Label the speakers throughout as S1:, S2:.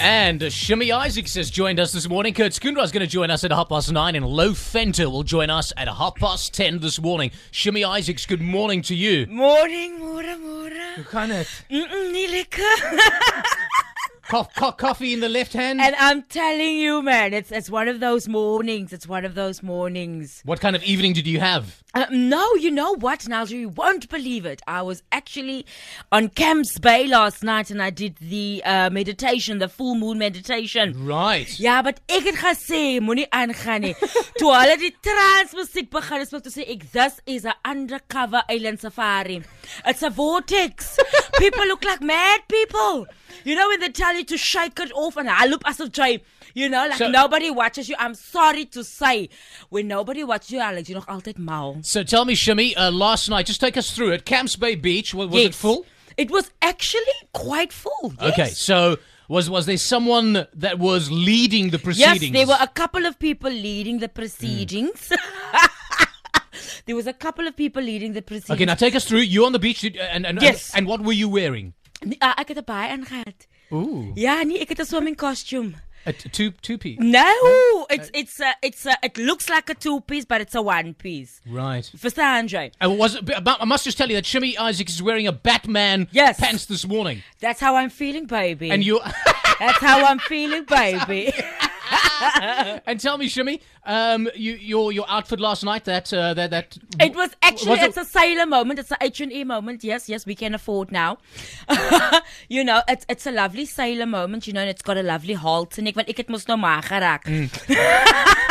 S1: And Shimmy Isaacs has joined us this morning. Kurt Skundra is going to join us at half past nine, and Lo Fenter will join us at half past ten this morning. Shimmy Isaacs, good morning to you.
S2: Morning, môre, môre.
S3: Kan dit?
S2: Mm-mm, nie lekker.
S1: Cough, cough, coffee in the left hand.
S2: And I'm telling you, man, it's it's one of those mornings. It's one of those mornings.
S1: what kind of evening did you have?
S2: Uh, no, you know what, Nigel? You won't believe it. I was actually on Camps Bay last night, and I did the uh, meditation, the full moon meditation.
S1: Right.
S2: Ja, wat ek het gesê, moenie aangaan nie. Toe hulle die trance musiek begin het, toe sê ek, "This is an undercover island safari. It's a vortex. People look like mad people. You know when they tell you to shake it off and I look as if jy, you know, like
S1: So-
S2: nobody watches you. I'm sorry to say, when nobody watches you, Alex, you're nog altyd mal.
S1: So tell me, Shimmy, uh, last night, just take us through it. Camps Bay Beach, wa- was it
S2: Yes.
S1: full?
S2: It was actually quite full. Yes.
S1: Okay, so was was there someone that was leading the proceedings?
S2: Yes, there were a couple of people leading the proceedings. there was a couple of people leading the proceedings.
S1: Okay, now take us through. You on the beach, did- uh, and, and
S2: Yes.
S1: and, what were you wearing?
S2: Nee, ah, ek het 'n baie aangehad.
S1: Ooh,
S2: Ja, nee, ek het 'n swimming costume.
S1: a t- two two piece.
S2: Mm. No, it's it's a, it's a, it looks like a two piece but it's a one piece.
S1: Right.
S2: Verstaan jy?
S1: I was. But I must just tell you that Shimmy Isaacs is wearing a Batman
S2: Yes.
S1: pants this morning,
S2: That's how I'm feeling, baby.
S1: and you
S2: That's how I'm feeling, baby.
S1: and tell me, Shimmy, um, you, your your outfit last night that uh, that that
S2: It was actually
S1: Was it-
S2: it's a sailor moment. It's a H and E moment. Yes, yes, we can afford now. you know, it's it's a lovely sailor moment. You know, and it's got a lovely halt en ek want ek het mos nou maar geraak.
S1: Mm.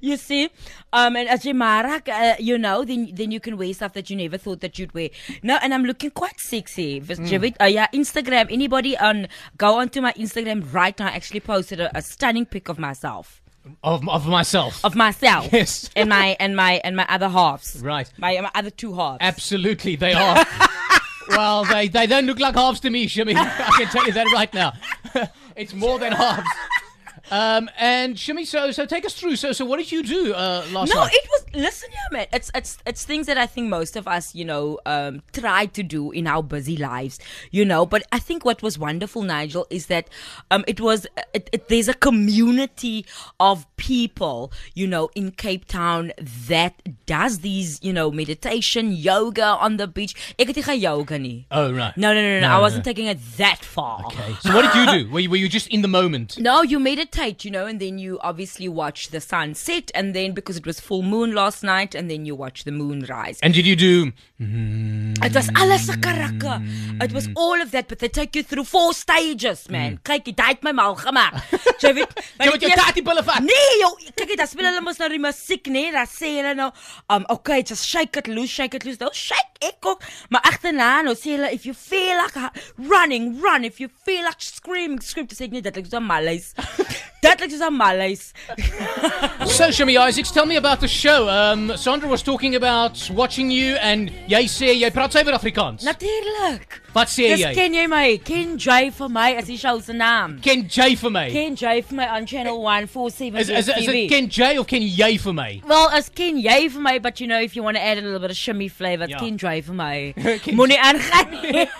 S2: you see, um, and as you marak, uh, you know, then then you can wear stuff that you never thought that you'd wear. No, and I'm looking quite sexy. Vis-
S1: Mm.
S2: jy weet, Uh, yeah, Instagram. Anybody on go onto my Instagram right now. I actually posted a, a stunning pic of myself,
S1: of of myself.
S2: of myself,
S1: Yes.
S2: and my and my and my other halves.
S1: Right.
S2: My, my other two halves.
S1: Absolutely, they are. well, they, they don't look like halves to me, Shimmy. I can tell you that right now. it's more than halves. Um, and Shimmy, so so take us through. So so what did you do uh, last
S2: no,
S1: night?
S2: it was. Listen here, man. It's it's it's things that I think most of us, you know, um, try to do in our busy lives, you know. But I think what was wonderful, Nigel, is that um, it was it, it, there's a community of people, you know, in Cape Town that does these, you know, meditation, yoga on the beach. Ek het nie gaan yoga nie.
S1: oh right.
S2: No, no, no, no, no.
S1: No,
S2: I wasn't
S1: no.
S2: taking it that far.
S1: Okay. So what did you do? Were you, were you just in the moment?
S2: No, you meditate, you know, and then you obviously watch the sunset, and then because it was full moon last night, and then you watch the moon rise.
S1: And did you do?
S2: It was
S1: Mm.
S2: alles sakaraka. It was all of that, but they take you through four stages, man. Kyk, jy daai het my mal gemaak. Jy weet,
S1: Mm. Jy moet jou taartie pille vat.
S2: Nee, jou, kyk, jy, dan speel hulle mos nou die musiek, nee, dan sê hulle nou, um okay, just shake it loose, shake it loose. Nou shake ek ook, maar agterna nou sê hulle if you feel like ha- running, run. If you feel like screaming, scream. Dis ek nie dit klink so malaise. Dit klink so malaise.
S1: So Shimmy Isaacs, tell me about the show. Um, Sandra was talking about watching you, and jy sê jy praat suiwer Afrikaans.
S2: Natuurlik.
S1: Wat sê
S2: Dis
S1: jy?
S2: ken jy my? Ken jy vir my as die show se naam?
S1: Ken J vir my.
S2: Ken jy vir my on channel 147
S1: Is, is, is
S2: TV?
S1: it Ken J or Ken J vir my?
S2: Well, as Ken jy vir my, but you know if you want to add a little bit of shimmy flavor, it's
S1: Ja.
S2: Ken jy vir my.
S1: Ken
S2: Moenie aangaan.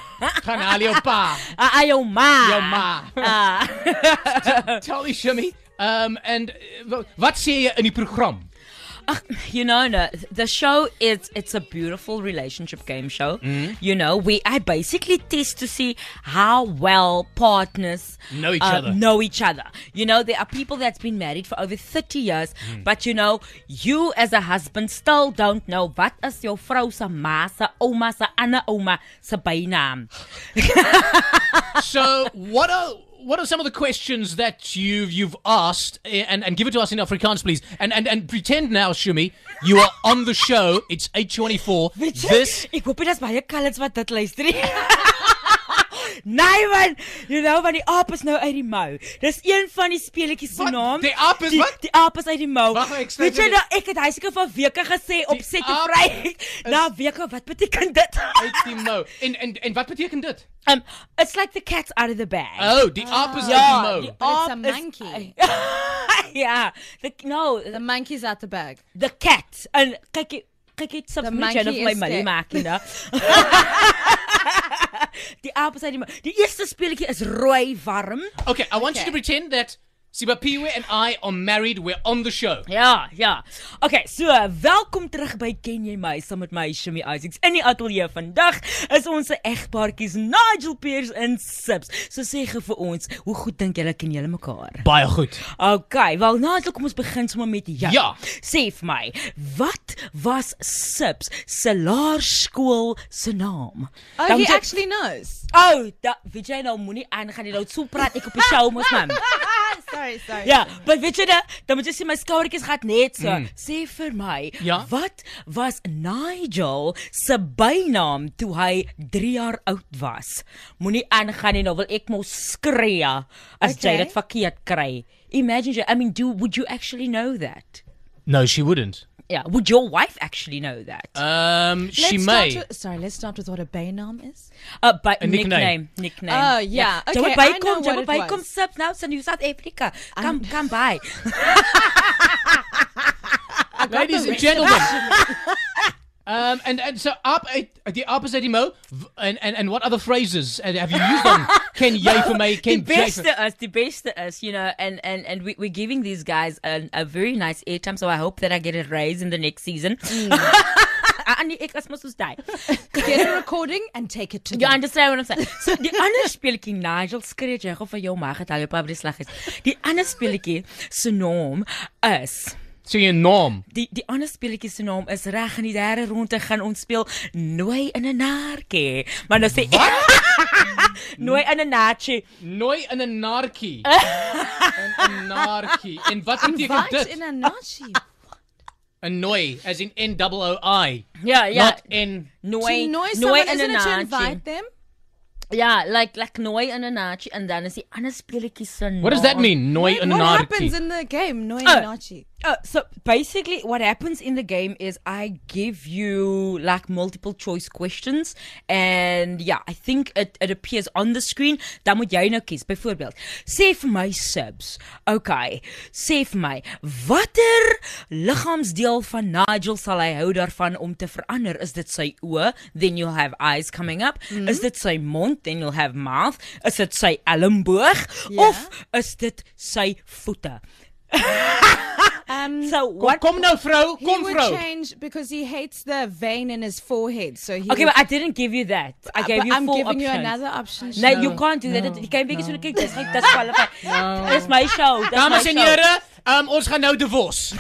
S1: Gaan haal jou pa.
S2: Ai jou Ah, ma.
S1: Jou ma.
S2: Ah. Oh.
S1: Tell me, Shimmy. Um, and uh, wa- wat sê jy in die program?
S2: Ach, ah, you know, no, the show is it's a beautiful relationship game show.
S1: Mm-hmm.
S2: You know, we I basically test to see how well partners uh,
S1: Know each other.
S2: Know each other. You know, there are people that's been married for over thirty years,
S1: Mm.
S2: but you know, you as a husband still don't know what is your vrou se ma se ouma se ander ouma se bynaam.
S1: So, what are what are some of the questions that you've you've asked? eh, And and give it to us in Afrikaans, please. And and and pretend now, Shimmy, you are on the show. It's eight twenty four. This.
S2: Ek hoop dit is baie kalits wat dit luister. nie. nee man, you know want die aap is nou uit die mou. Dis een van die speletjies se
S1: Wat?
S2: naam.
S1: Die aap is
S2: die,
S1: wat?
S2: Die aap is uit die mou.
S1: Wag, ek sê
S2: Weet jy
S1: dit-
S2: nou ek het hy seker vir weke gesê op
S1: Die
S2: set
S1: aap
S2: vry. Na weke, wat beteken dit?
S1: Uit die mou. En en en wat beteken dit?
S2: um it's like the cat's out of the bag.
S1: Oh, die
S3: Ah.
S1: aap is uit die
S2: ja,
S1: mou.
S4: But it's a
S2: aap
S4: monkey.
S1: Ah.
S2: Is, ja, the no,
S4: The
S2: the,
S4: monkey's out the bag.
S2: the cat. En kyk kyk dit sop
S4: The
S2: met jy nou
S4: monkey
S2: vir my
S4: is
S2: Millie
S4: dead.
S2: maak, you know. die apen zijn die ma- Die eerste speeltjie is rooi warm.
S1: Okay, I want you
S2: Okay.
S1: to pretend that Sibapiwe and I are married. We're on the show.
S2: Ja, ja. Okay, so welkom terug by Ken jy my saam met my Shimmy Isaacs. In die ateljee vandag is ons se egpaartjies Nigel Peers en Sips. So sê gou vir ons, hoe goed dink julle ken julle mekaar?
S1: Baie goed.
S2: Okay, wel Nigel, kom ons begin sommer met jou.
S1: Ja.
S2: Sê vir my, wat was Sips se laerskool se naam?
S3: Oh,
S2: Dan
S3: he
S2: moet jy-
S3: actually knows.
S2: Ou, oh, da weet jy nou moenie aangaan jy nou so praat ek op die show mos man.
S3: sorry, sorry.
S2: Ja, maar weet jy da, dan moet jy sê my skouertjies gaan net so. Sê vir my,
S1: Mm. Ja?
S2: wat was Nigel se bynaam toe hy 3 jaar oud was? Moenie aangaan nie, nou wil ek mos skree as jy
S3: Okay.
S2: dit verkeerd kry. Imagine, jy- I mean, do would you actually know that?
S1: No, she wouldn't.
S2: Yeah, would your wife actually know that?
S1: Um,
S3: Let's
S1: she
S3: start
S1: may.
S3: With, sorry, let's start with what a Baynam is.
S2: Uh, by
S1: A nickname.
S2: nickname. Nickname. Ja.
S3: Oh, yeah. Okay,
S2: Jabba
S3: I know
S2: Baikom,
S3: what
S2: Jabba
S3: it
S2: Baikom
S3: was.
S2: sub now in New South Africa. Come, come by.
S1: Ladies and gentlemen. um, and, and so up uh, the opposite emo v- and, and and what other phrases uh, have you used on Ken Ye for me?
S2: the
S1: Ken Jay
S2: best
S1: for-
S2: to us, the best to us, you know, and and and we, we're giving these guys a, a very nice airtime. So I hope that I get a raise in the next season. And ek as mos die.
S3: Get a recording and take it to
S2: You
S3: them.
S2: understand what I'm saying? So die ander speletjie Nigel skree jy gou vir jou mag het hy op baie sleg is. Die ander speletjie se naam is
S1: So your norm.
S2: die die ander speletjie se naam is reg in die derde ronde gaan ons speel Nooi in 'n narkie. Maar nou sê Nooi in 'n narkie.
S1: Noi and anarchy. an anarchy. En wat betekent
S3: Right
S1: dit?
S3: in a nachi.
S1: Een noi, as in N double O I.
S2: Ja, ja.
S1: Not in.
S2: Nooi
S3: To know
S2: nooi
S3: someone,
S2: in 'n
S3: isn't it to
S2: narkie.
S3: invite them?
S2: Ja, like like nooi in 'n narkie en dan is die ander speletjie se naam.
S1: What does that mean? Noi
S3: Wait,
S1: and
S3: what
S1: anarchy.
S3: happens in the game? No, in
S2: Oh.
S3: nachi.
S2: Uh, so basically, what happens in the game is I give you like multiple choice questions, and yeah, I think it, it appears on the screen. Dan moet jy nou kies. Byvoorbeeld, sê vir my subs. Okay, sê vir my watter liggaamsdeel van Nigel sal hy hou daarvan om te verander? Is dit sy oë? Then you'll have eyes coming up. Is dit sy mond? Then you'll have mouth. Is dit sy elmboog?
S3: Ja.
S2: Of is dit sy voete?
S3: Um,
S2: So what
S1: Kom nou vrou,
S3: he
S1: kom
S3: would
S1: vrou.
S3: change because he hates the vein in his forehead. So he.
S2: Okay,
S3: would,
S2: but I
S3: uh,
S2: didn't give you that. I gave
S3: but
S2: you
S3: I'm
S2: four
S3: giving you
S2: options.
S3: another option.
S2: No,
S3: Shimon.
S2: you can't do that. You can't because you kick this. Like, that's qualified. That's my show. That's my
S1: Dames en
S2: show.
S1: here, um, ons gaan nou divorce.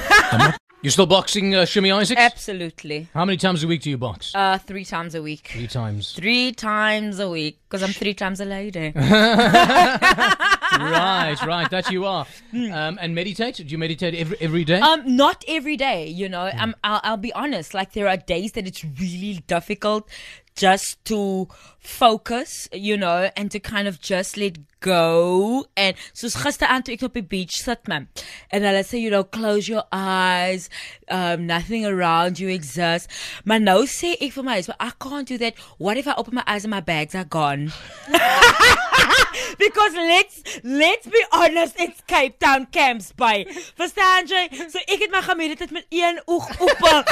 S1: you still boxing uh, Shimmy Isaacs?
S2: Absolutely.
S1: How many times a week do you box?
S2: Uh, three times a week.
S1: Three times.
S2: Three times a week because I'm three times a lady.
S1: right, right, that you are.
S3: Hmm.
S1: Um, and meditate? Do you meditate every, every
S3: Uh,
S1: day?
S2: Um, not every day, you know. Um, I'll, I'll be honest. Like there are days that it's really difficult just to focus, you know, and to kind of just let go. And soos gisteraand toe ek op die beach sit, man, en hulle sê you know, close your eyes, um nothing around you exists. Maar nou sê ek vir my, but I can't do that. What if I open my eyes and my bags are gone? Because let's let's be honest, it's Cape Town camps by. Verstaan jy? So ek het maar gemeditate met een oog op.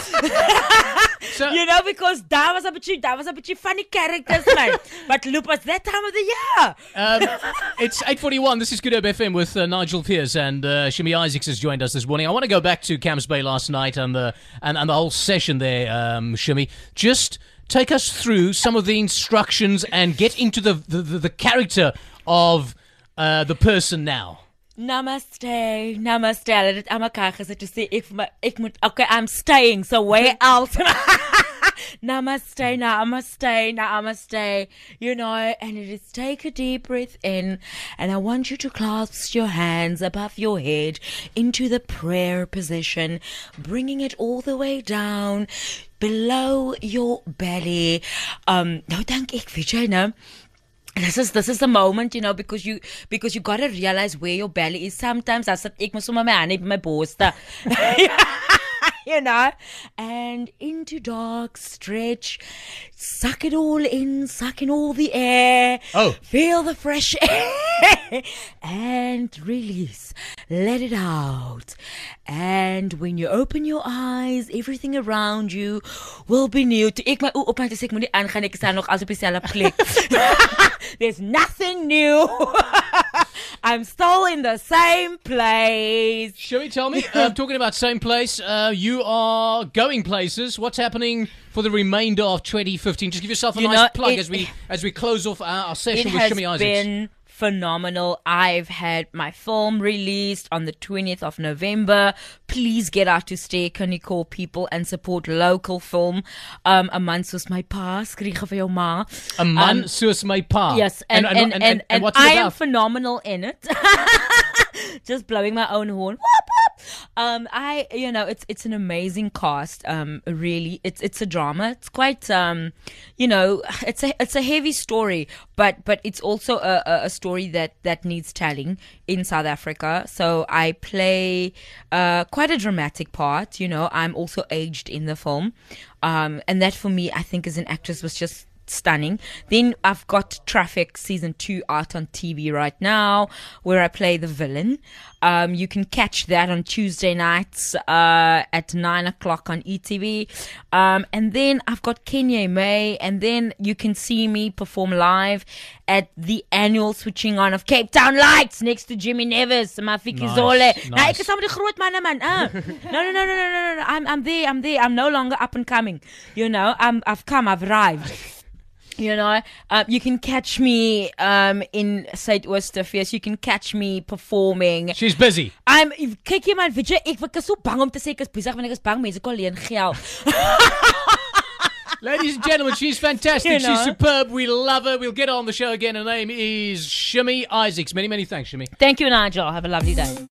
S1: so,
S2: you know because daar was 'n bietjie daar was 'n bietjie funny characters man. But loop was that time of the year.
S1: Um, it's 8.41. This is Good Hope FM with uh, Nigel Pearce and uh, Shimmy Isaacs has joined us this morning. I want to go back to Camps Bay last night and the, and, and the whole session there, um, Shimmy. Just take us through some of the instructions and get into the, the, the, the character of uh, the person now.
S2: Namaste. Namaste. Hulle het dit almal klaar gesit te sê ek vir my ek moet okay, I'm staying. So where else? Namaste, namaste, namaste. You know, and it is take a deep breath in, and I want you to clasp your hands above your head into the prayer position, bringing it all the way down below your belly. Um, no, thank ek, weet jy nou. This is this is the moment, you know, because you because you gotta realize where your belly is. Sometimes I sit ek moet sommer my hand op my borste. you know, and into dark, stretch, suck it all in, suck in all the air.
S1: Oh.
S2: Feel the fresh air and release. Let it out. And when you open your eyes, everything around you will be new. Toe ek my oë oopmaak, dis ek moenie aangaan ek staan nog altyd op dieselfde plek. There's nothing new. I'm still in the same place.
S1: Shimmy, tell me, uh, talking about same place, uh, you are going places. What's happening for the remainder of 2015? Just give yourself a
S2: You
S1: nice
S2: know,
S1: plug
S2: it-
S1: as we as we close off our, our
S2: it
S1: session with
S2: has
S1: Shimmy Isaacs.
S2: been phenomenal. I've had my film released on the 20th of November. Please get out to stay Call people and support local film. Um, a man soos my pa, skryge vir jou ma.
S1: a man soos my pa.
S2: Um, Yes, and and and, and,
S1: what's
S2: I
S1: it
S2: am
S1: about?
S2: phenomenal in it. Just blowing my own horn. Whoop, whoop. Um, I you know it's it's an amazing cast. Um, really, it's it's a drama. It's quite um, you know, it's a it's a heavy story, but but it's also a, a, a story that that needs telling in South Africa. So I play uh quite a dramatic part. You know, I'm also aged in the film, um, and that for me, I think as an actress was just stunning. Then I've got Traffic season two out on TV right now, where I play the villain. Um, you can catch that on Tuesday nights uh, at nine o'clock on ETV. Um, and then I've got Kenya May, and then you can see me perform live at the annual switching on of Cape Town Lights next to Jimmy Nevis, Mafiki
S1: Nice,
S2: Zole. Nou,
S1: nice.
S2: ek is somebody groot man, man. Uh, no, no, no, no, no, no, no. I'm, I'm there. I'm there. I'm no longer up and coming. You know, I'm, I've come. I've arrived. You know, um, you can catch me um, in St. Oosterfees. You can catch me performing.
S1: She's busy.
S2: I'm kyk jy man, weet jy, ek was so bang om te sê ek is besig want ek is bang mense kan leen geld.
S1: Ladies and gentlemen, she's fantastic.
S2: You
S1: She's
S2: know.
S1: superb. We love her. We'll get her on the show again. Her name is Shimmy Isaacs. Many, many thanks, Shimmy.
S2: Thank you Nigel. Have a lovely day.